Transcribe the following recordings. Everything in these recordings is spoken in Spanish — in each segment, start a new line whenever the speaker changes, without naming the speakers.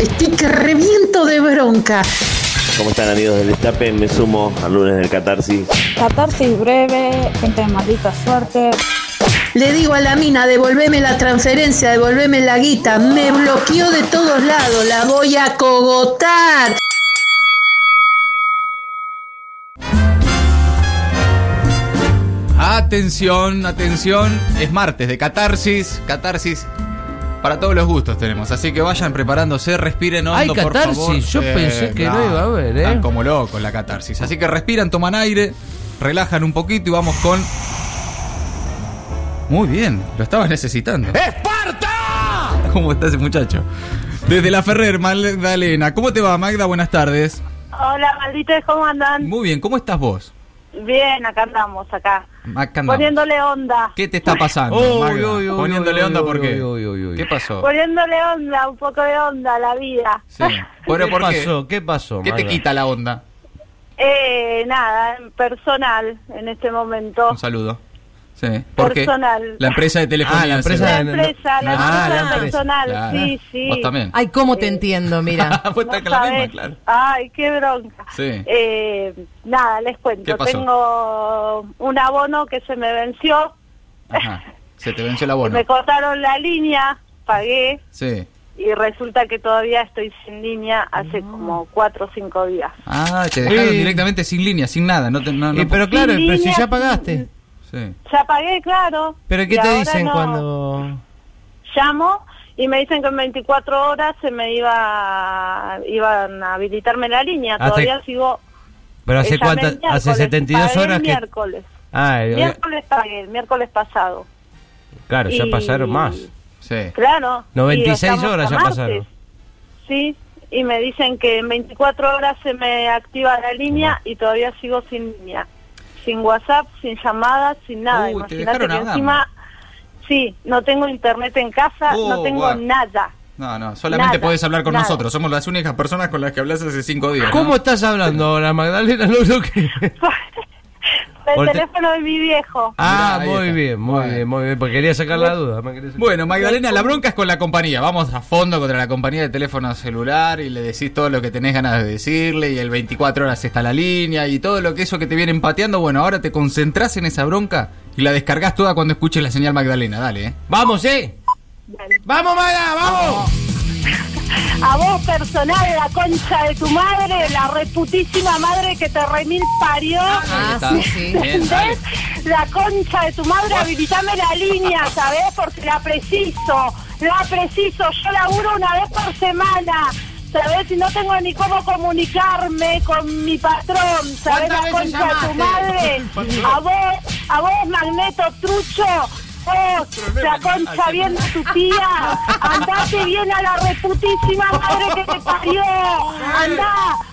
Estoy que reviento de bronca.
¿Cómo están amigos del Destape? Me sumo al lunes del Catarsis.
Catarsis breve, gente de maldita suerte.
Le digo a la mina, devolveme la transferencia, devolveme la guita. Me bloqueó de todos lados, la voy a cogotar.
Atención, atención, es martes de catarsis, catarsis para todos los gustos tenemos, así que vayan preparándose, respiren hondo,
Hay
por
catarsis,
favor. Eh,
yo pensé que no iba a haber, ¿eh?
Están como locos la catarsis, así que respiran, toman aire, relajan un poquito y vamos con Muy bien, lo estaba necesitando. ¡Esparta! ¿Cómo está ese muchacho? Desde la Ferrer, Magdalena. ¿Cómo te va, Magda? Buenas tardes.
Hola, malditos, ¿cómo andan?
Muy bien, ¿cómo estás vos?
Bien, acá andamos, acá.
Acá andamos.
Poniéndole onda.
¿Qué te está pasando?
Uy,
Magda?
uy, uy,
Poniéndole
uy,
onda,
uy,
¿por qué?
uy, uy, uy.
¿Qué pasó?
Poniéndole onda, un poco de onda a la vida.
Sí. Bueno,
¿Qué
¿por qué?
pasó? ¿Qué pasó?
¿Qué te
Magda?
quita la onda?
Eh, nada, en personal en este momento.
Un saludo. Sí. ¿Por qué?
Personal.
La empresa de telefonía.
Ah, la empresa
La
celular.
de- no, no.
empresa, la
Ah,
empresa
la empresa.
personal,
Claro.
sí, sí.
Vos también.
Ay, cómo te entiendo, mira.
Vos
No
estás con la misma,
sabés.
claro.
Ay, qué bronca.
Sí.
Eh, nada, les
¿Qué
cuento.
pasó?
Tengo un abono que se me venció.
Ajá. Se te venció el
que
abono.
Me cortaron la línea, pagué
Sí.
y resulta que todavía estoy sin línea hace como cuatro o cinco días.
Ah, te dejaron
Sí.
directamente sin línea, sin nada. No te- no, no-
Eh, pero claro,
Sin
pero si
líneas,
ya pagaste.
Sí.
Ya pagué, claro.
¿Pero
y
qué te
ahora
dicen
no.
cuando...?
Llamo y me dicen que en 24 horas se me iba iban a habilitarme la línea.
Hace-
Todavía sigo...
Pero
eh,
hace
llamé el
cuántas, hace
miércoles,
72
pagué
horas
el
que...
miércoles.
Ah, eh,
Miércoles pagué, el miércoles pasado.
claro, ya
y-
pasaron más.
Sí.
Claro.
96
digo, estamos
horas
a
ya
martes.
pasaron.
Sí, y me dicen que en 24 horas se me activa la línea y todavía sigo sin línea. Sin WhatsApp, sin llamadas, sin nada.
Uy, te
Imagínate
dejaron
que
a gamba.
encima... Sí, no tengo internet en casa,
Oh,
no tengo
guau.
nada.
No, no, solamente
Nada,
podés hablar con
nada.
nosotros. Somos las únicas personas con las que hablas hace cinco días. ¿no?
¿Cómo estás hablando ahora, Magdalena? No lo que...
El
Volte-
teléfono de mi viejo.
Ah,
Mirá, ahí
muy
está.
bien, muy
Bueno.
bien, muy bien. Porque quería sacar la duda. me quería sacar-
Bueno, Magdalena, la bronca es con la compañía. Vamos a fondo contra la compañía de teléfono celular y le decís todo lo que tenés ganas de decirle y el 24 horas está la línea y todo lo que eso que te vienen pateando. Bueno, ahora te concentrás en esa bronca y la descargas toda cuando escuches la señal Magdalena. Dale, ¿eh?
Vamos, ¿eh? ¡Vamos, Magda, vamos!
A vos personal, la concha de tu madre, la reputísima madre que te remil parió.
Ah,
Ahí está.
sí, sí.
Bien, dale.
¿Ves? La concha de tu madre, habilitame la línea, ¿sabes? Porque la preciso, la preciso. Yo laburo una vez por semana, ¿sabes? Y no tengo ni cómo comunicarme con mi patrón, ¿sabes? La
¿Cuántas veces
concha de tu madre. A vos, a vos, Magneto Trucho. Vos, la concha bien de tu tía. Andate bien a la reputísima madre que te parió. Andá,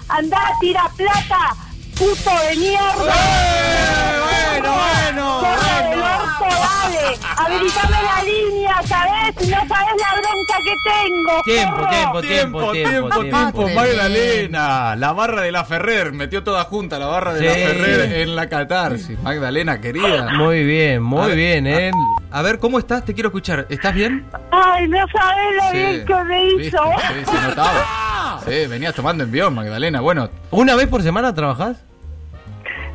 andá, tira plata. Puto de mierda.
Eh, Bueno, bueno,
Perro del
bueno.
orto, dale. Habilitame la línea, ¿sabés? No sabés la bronca que tengo.
Tiempo,
perro.
Ah,
tiempo, tiempo, tiempo, tiempo.
tiempo.
Magdalena, la barra de la Ferrer, metió toda junta la barra de la
Sí.
Ferrer en la catarsis. Magdalena, querida.
Muy bien,
A
muy
ver,
bien, ¿eh?
A ver, ¿cómo estás? Te quiero escuchar. ¿Estás bien?
Ay, no sabés lo
Sí.
bien que me
Viste,
hizo.
Sí, se notaba. Sí, venías tomando envión, Magdalena. Bueno,
¿Una vez por semana trabajás?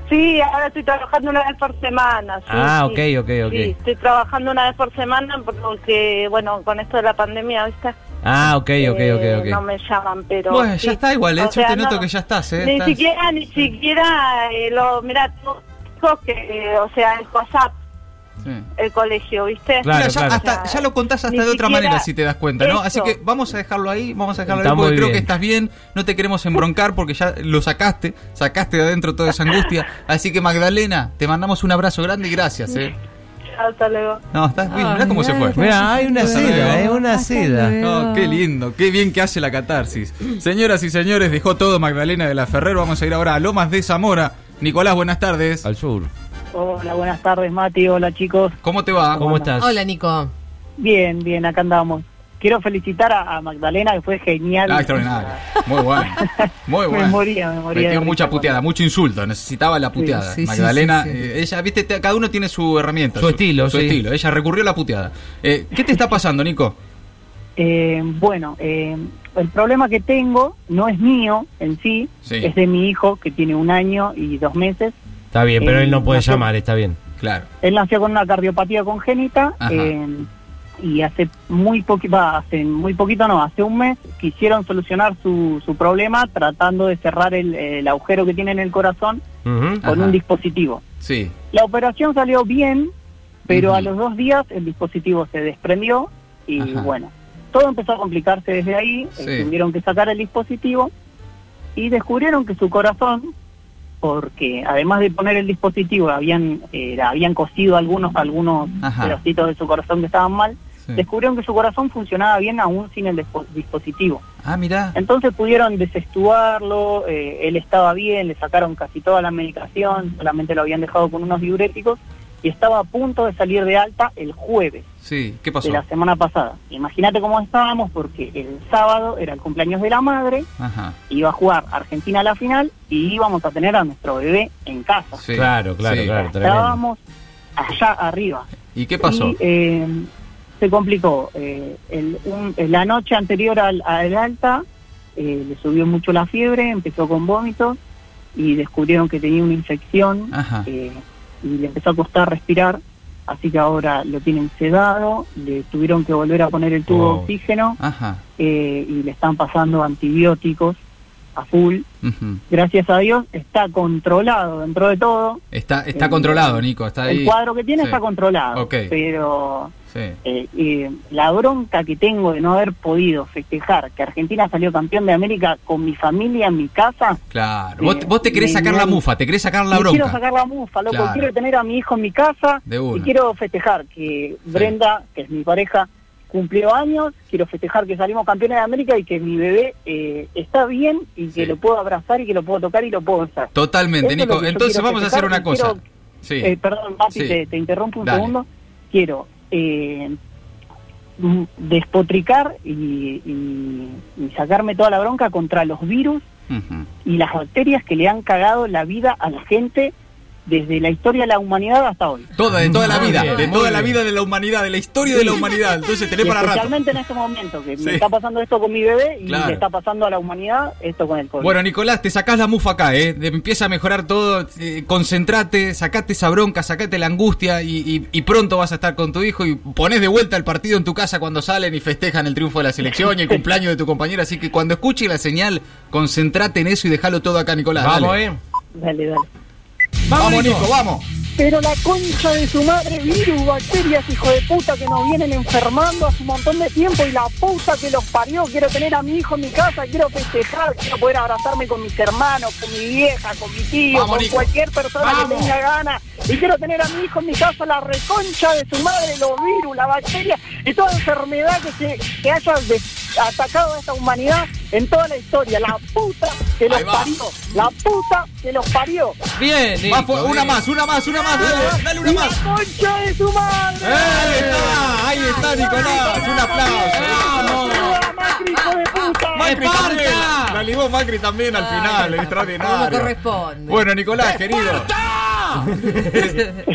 Sí, ahora estoy trabajando una vez por semana. sí,
Ah,
sí.
ok, ok, ok.
Sí, estoy trabajando una vez por semana porque, bueno, con esto de la pandemia, ¿viste?
Ah, ok, ok, ok,
Eh,
ok.
No me llaman, pero.
Bueno,
sí.
ya está igual, ¿eh?
O
Yo
sea,
te noto
no-
que ya estás, ¿eh?
Ni
Estás-
siquiera, ni siquiera, eh, lo. Mirá, tengo hijos que, eh, o sea, el WhatsApp,
Sí.
el colegio, ¿viste?
Claro,
Mira, ya,
claro.
hasta- ya lo contás hasta
Ni
de otra
siquiera
manera si te das cuenta, ¿no? Así
eso.
que vamos a dejarlo ahí, vamos a dejarlo
Está
ahí porque
muy
creo que
bien.
estás bien, no te queremos embroncar porque ya lo sacaste, sacaste de adentro toda esa angustia. Así que Magdalena, te mandamos un abrazo grande y gracias, ¿eh?
Hasta luego.
No, estás bien, mirá cómo se fue.
Mira, hay una
Hasta luego.
seda, ¿eh? Una
Hasta
seda.
luego.
No, qué lindo, qué bien que hace la catarsis. Señoras y señores, dejó todo Magdalena de la Ferrer. Vamos a ir ahora a Lomas de Zamora. Nicolás, buenas tardes.
Al sur.
Hola, buenas tardes, Mati. Hola, chicos.
¿Cómo te va?
¿Cómo estás?
Hola, Nico.
Bien, bien, acá andamos. Quiero felicitar a, a Magdalena, que fue genial.
Ah, extraordinario. Muy bueno. Muy bueno.
moría, me moría de risa
Metió mucha
cuando-
puteada, mucho insulto. Necesitaba la puteada.
Sí, sí,
Magdalena,
sí, sí, sí.
eh, ella, viste, te- cada uno tiene su herramienta.
Su estilo,
Su
sí.
estilo. Ella recurrió a la puteada. Eh, ¿Qué te está pasando, Nico?
Eh, bueno, eh, el problema que tengo no es mío en sí,
Sí.
es de mi hijo que tiene un año y dos meses.
Está bien, pero
Eh,
él no puede
no sé.
llamar, está bien.
Claro.
Él nació con una cardiopatía congénita
Ajá.
eh, y hace muy poquito, hace muy poquito no, hace un mes quisieron solucionar su, su problema tratando de cerrar el, el agujero que tiene en el corazón
Ujú.
con
Ajá.
un dispositivo.
Sí.
La operación salió bien, pero
Ujú.
a los dos días el dispositivo se desprendió y
Ajá.
bueno, todo empezó a complicarse desde ahí. eh,
Sí.
tuvieron que sacar el dispositivo y descubrieron que su corazón, porque además de poner el dispositivo, habían eh, la habían cosido algunos algunos
Ajá.
pedacitos de su corazón que estaban mal.
sí.
Descubrieron que su corazón funcionaba bien aún sin el dispo- dispositivo.
Ah, mirá.
Entonces pudieron desestúarlo, eh, él estaba bien, le sacaron casi toda la medicación, solamente lo habían dejado con unos diuréticos y estaba a punto de salir de alta el jueves
Sí. ¿Qué pasó?
de la semana pasada. Imagínate cómo estábamos porque el sábado era el cumpleaños de la madre,
Ajá.
iba a jugar Argentina a la final y íbamos a tener a nuestro bebé en casa.
Sí.
Claro, claro,
Sí.
claro. Tremendo.
Estábamos allá arriba.
¿Y qué pasó?
Y, eh, se complicó. Eh, el- un- la noche anterior al, al alta eh, le subió mucho la fiebre, empezó con vómitos y descubrieron que tenía una infección
Ajá.
eh, y le empezó a costar respirar. Así que ahora lo tienen sedado, le tuvieron que volver a poner el tubo
Wow.
Oh.
de oxígeno
Ajá.
eh, y le están pasando antibióticos a full.
Ujú.
Gracias a Dios está controlado dentro de todo.
Está, está
El-
controlado, Nico. Está ahí.
El cuadro que tiene
Sí.
está controlado,
Ok.
pero
Sí.
eh, eh, la bronca que tengo de no haber podido festejar que Argentina salió campeón de América con mi familia en mi casa.
Claro. Vos,
Eh,
vos te querés
me-
sacar la
me-
mufa, te querés sacar la
me
bronca.
quiero sacar la mufa, loco.
Claro.
Quiero tener a mi hijo en mi casa
De una.
y quiero festejar que Brenda, que es mi pareja, cumplió años. Quiero festejar que salimos campeones de América y que mi bebé eh, está bien y que
Sí.
lo puedo abrazar y que lo puedo tocar y lo puedo besar.
Totalmente,
Eso es lo
Nico.
que yo
Entonces
quiero
vamos a hacer
festejar
una
y
cosa.
quiero-
Sí.
Eh, perdón, Mati,
Sí.
te, te interrumpo un
Dale.
segundo. Quiero eh, mm, despotricar y, y- y sacarme toda la bronca contra los virus
Ujú.
y las bacterias que le han cagado la vida a la gente desde la historia de la humanidad hasta hoy.
Toda, de toda la
Muy
vida,
bien,
de
muy
toda la
bien.
vida de la humanidad, de la historia de la humanidad. Entonces tenés
Y
para rato.
especialmente en este momento, que
Sí.
me está pasando esto con mi bebé y
Claro.
le está pasando a la humanidad esto con el COVID.
Bueno, Nicolás, te sacás la mufa acá, ¿eh? De- Empieza a mejorar todo, eh, concentrate, sacate esa bronca, sacate la angustia y, y- y pronto vas a estar con tu hijo y pones de vuelta el partido en tu casa cuando salen y festejan el triunfo de la selección y el cumpleaños de tu compañero. Así que cuando escuche la señal, concentrate en eso y déjalo todo acá, Nicolás.
Vamos,
dale.
eh.
Dale, dale.
Vamos, Nico, vamos.
Pero la concha de su madre, virus, bacterias, hijo de puta, que nos vienen enfermando hace un montón de tiempo y la puta que los parió. Quiero tener a mi hijo en mi casa, quiero festejar, quiero poder abrazarme con mis hermanos, con mi vieja, con mi tío,
Vamos,
con
Nico.
cualquier persona que
Vamos.
tenga ganas. Y quiero tener a mi hijo en mi casa, la reconcha de su madre, los virus, la bacteria y toda enfermedad que, se, que haya des- atacado a esta humanidad en toda la historia. La puta que los
Ahí va.
parió, la puta que los parió.
Bien,
Más
Nico,
fu- una
bien.
más, una más, una más, dale, dale una
Y
más.
La concha de su madre.
Ahí está, ahí está Nicolás, un aplauso.
¡Vamos! Macri, hijo de puta!
Macri
¡Esparta!
también. La ligó Macri también al final,
Como
extraordinario.
corresponde.
Bueno, Nicolás, querido.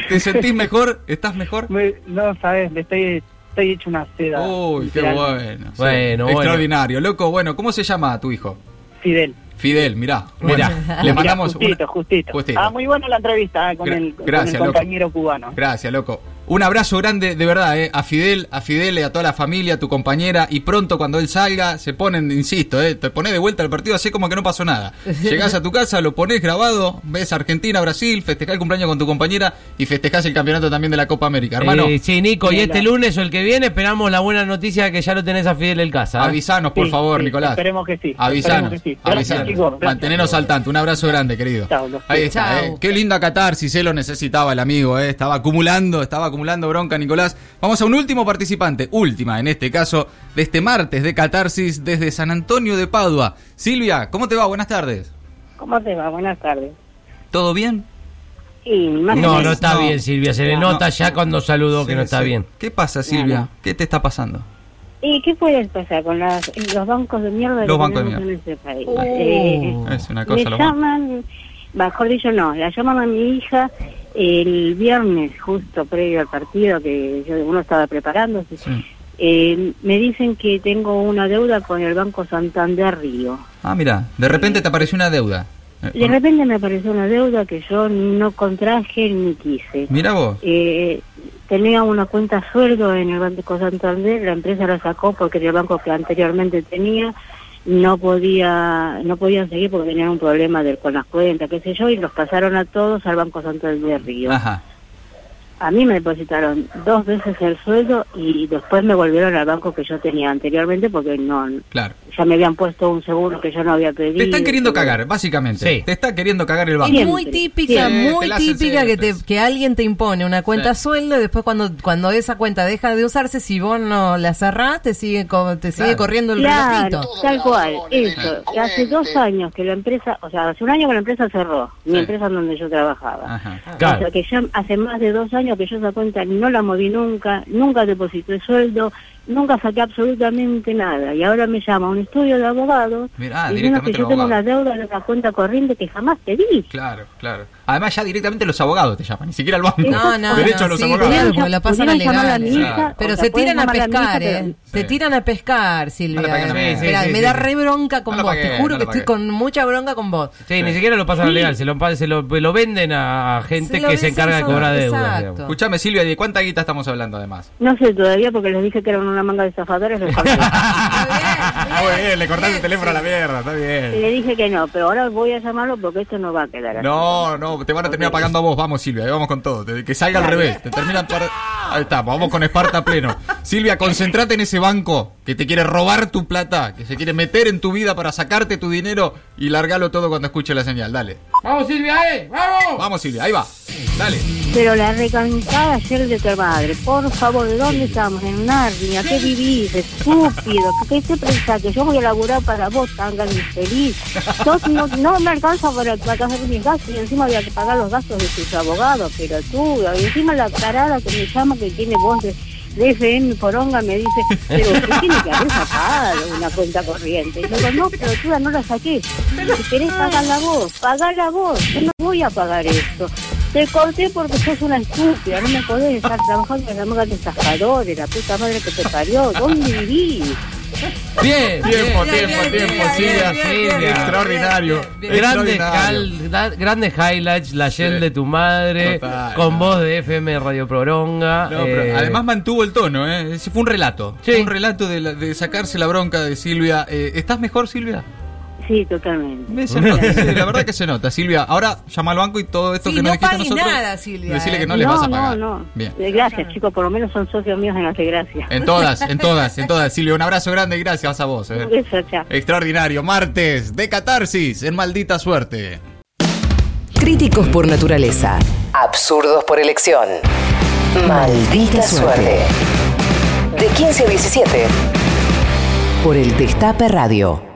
¿Te sentís mejor? ¿Estás mejor?
Me- No, sabes, le estoy, estoy hecho una seda.
Uy, qué
Literal,
bueno. Sí,
Bueno, bueno.
Extraordinario. Loco, bueno, ¿cómo se llama tu hijo?
Fidel.
Fidel, mirá. Bueno,
Mirá.
Le
Mirá,
mandamos
Justito,
una-
justito,
Justito.
Ah, muy buena la entrevista ah, con,
Gra-
el, con
gracias,
el
loco.
compañero cubano.
Gracias, loco. Un abrazo grande, de verdad, eh, a Fidel, a Fidel y a toda la familia, a tu compañera. Y pronto, cuando él salga, se ponen, insisto, eh, te pones de vuelta al partido, así como que no pasó nada. Llegás a tu casa, lo pones grabado, ves Argentina, Brasil, festejás el cumpleaños con tu compañera y festejás el campeonato también de la Copa América. Hermano,
Eh, sí, Nico, y
Hola.
este lunes o el que viene esperamos la buena noticia de que ya lo tenés a Fidel el casa. ¿eh?
avisanos, por
Sí,
favor,
sí,
Nicolás.
esperemos que sí,
Avisanos,
esperemos que sí. Gracias,
avisanos.
chicos, gracias.
Mantenenos al tanto. Un abrazo grande, querido.
Chao, los
Ahí
quiero.
está,
Chao.
eh. Qué linda catarsis, se lo necesitaba el amigo, eh. Estaba acumulando, estaba acumulando bronca, Nicolás. Vamos a un último participante, última en este caso, de este martes de catarsis desde San Antonio de Padua. Silvia, ¿cómo te va? Buenas tardes.
¿Cómo te va? Buenas tardes.
¿Todo bien?
Y más o
No, no
menos,
está
No.
bien, Silvia. Se le
No,
nota
no.
ya cuando saludó que
Sí,
no está
sí.
bien.
¿Qué pasa, Silvia? ¿Qué te está pasando?
¿Y qué puede pasar con las- los bancos de mierda que
Los bancos de
tenemos
mierda.
en este país?
Oh.
Eh,
Es una cosa,
me
lo más.
llaman, mejor dicho, no, la llaman a mi hija el viernes, justo previo al partido, que yo, uno estaba preparándose.
Sí.
eh, me dicen que tengo una deuda con el Banco Santander Río.
Ah, mira, de repente te apareció una deuda.
De repente me apareció una deuda que yo no contraje ni quise.
Mira vos.
Eh, tenía una cuenta sueldo en el Banco Santander, la empresa la sacó porque era el banco que anteriormente tenía no podía no podían seguir porque tenían un problema del- con las cuentas, qué sé yo, y los pasaron a todos al Banco Santander Río.
Ajá.
A mí me depositaron dos veces el sueldo y después me volvieron al banco que yo tenía anteriormente porque no
Claro.
ya me habían puesto un seguro que yo no había pedido.
Te están queriendo cagar, básicamente.
Sí.
Te está queriendo cagar el banco.
Es
Siempre,
muy típica,
siempre. Te
muy
la hacen
típica que, te,
siempre.
que alguien te impone una cuenta
Sí.
sueldo y después cuando, cuando esa cuenta deja de usarse, si vos no la cerrás, te sigue, co- te sigue
Claro.
corriendo el
Claro,
relojito.
tal cual, eso.
Ah.
Hace dos años que la empresa, o sea, hace un año que la empresa cerró, mi
Sí.
empresa donde yo trabajaba.
Ah.
Ajá.
O sea, que ya hace más de dos años que yo esa cuenta no la moví nunca, nunca deposité sueldo, nunca saqué absolutamente nada. Y ahora me llama un estudio de abogados
Mirá,
diciendo que
directamente
yo
los
tengo una
abogados.
deuda en una cuenta corriente que jamás pedí.
Claro, claro. Además, ya directamente los abogados te llaman, ni siquiera el banco.
No, no,
Derecho
no,
a los abogados.
sí, claro,
Pudieron
porque
llam-
la pasan a
pudieron llamar a
legales.
mi
Claro.
hija,
Pero
o sea,
se
pueden
tiran a
llamar a mi hija,
pescar,
pero-
¿eh?
Sí.
Se tiran a pescar,
No la
Silvia.
paguen a mí.
Eh,
Sí,
mirá,
sí,
me
sí,
da
sí.
re bronca con
No la
vos.
pagué,
Te juro
no la
que estoy
pagué.
con mucha bronca con vos.
Sí, ni siquiera lo pasan legal, se lo, pa- se lo, lo venden a gente
Se lo
que se
venden,
encarga de
son-
cobrar deuda.
exacto.
digamos.
Escuchame, Silvia, ¿de cuánta guita estamos hablando además?
No sé todavía porque les dije que eran una manga de zafadores. les corté.
bien,
Ah, Muy bien, le cortaste el
bien,
teléfono a la
sí.
mierda, está
Y
bien.
le dije que no, pero ahora voy a llamarlo porque esto no va a quedar así.
No, no, te van a terminar pagando a vos, vamos Silvia, ahí vamos con todo, te- que salga al revés, te terminan par- Ahí está, vamos con Esparta pleno. Silvia, concentrate en ese banco que te quiere robar tu plata, que se quiere meter en tu vida para sacarte tu dinero y largalo todo cuando escuche la señal, dale.
¡Vamos, Silvia, eh! ¡Vamos!
Vamos Silvia, ahí va, dale.
Pero la recansada ayer de tu madre, por favor, ¿de dónde estamos? ¿En Narnia? ¿Qué vivís? Estúpido. ¿Qué te pensás? Que yo voy a laburar para vos, tanga infeliz. No, no, no me alcanza para, para hacer mis gastos y encima voy a pagar los gastos de tus abogados, pero tú, y encima la tarada que me llama que tiene voz de... de FM Poronga me dice, pero usted tiene que haber sacado una cuenta corriente. Y yo digo, no, pero tú no la saqué. Si querés pagarla vos, pagala vos. Yo no voy a pagar esto. Te corté porque sos una estúpida, no me podés estar trabajando en la manga de zafadores, la puta madre que te parió, ¿dónde vivís?
Bien,
Tiempo,
bien,
tiempo,
bien,
tiempo,
bien,
Silvia,
bien,
Silvia.
bien,
Extraordinario.
bien, bien. Grandes,
Extraordinario.
cal- da- grandes highlights, la Shell
Sí.
de tu madre,
Total.
con voz de FM Radio Proronga.
No, pero
eh,
además mantuvo el tono, ¿eh? Ese Fue un relato.
Sí.
Fue un relato de, la- de sacarse la bronca de Silvia. Eh, ¿Estás mejor, Silvia?
Sí, totalmente.
Me- se nota, sí, la verdad que se nota, Silvia. Ahora llama al banco y todo esto
Sí,
que nos
no
dijiste
pagues
nosotros.
nada, Silvia,
Decirle
eh.
que no, les vas a pagar.
No, no,
Bien.
Eh, Gracias, chicos, por lo menos son socios míos en las de gracias.
En todas, en todas, en todas. Silvia, un abrazo grande y gracias a vos.
Un
¿eh?
beso, chao.
Extraordinario. Martes de Catarsis en Maldita Suerte.
Críticos por naturaleza. Absurdos por elección. Maldita suerte. De 15 a 17. Por el Destape Radio.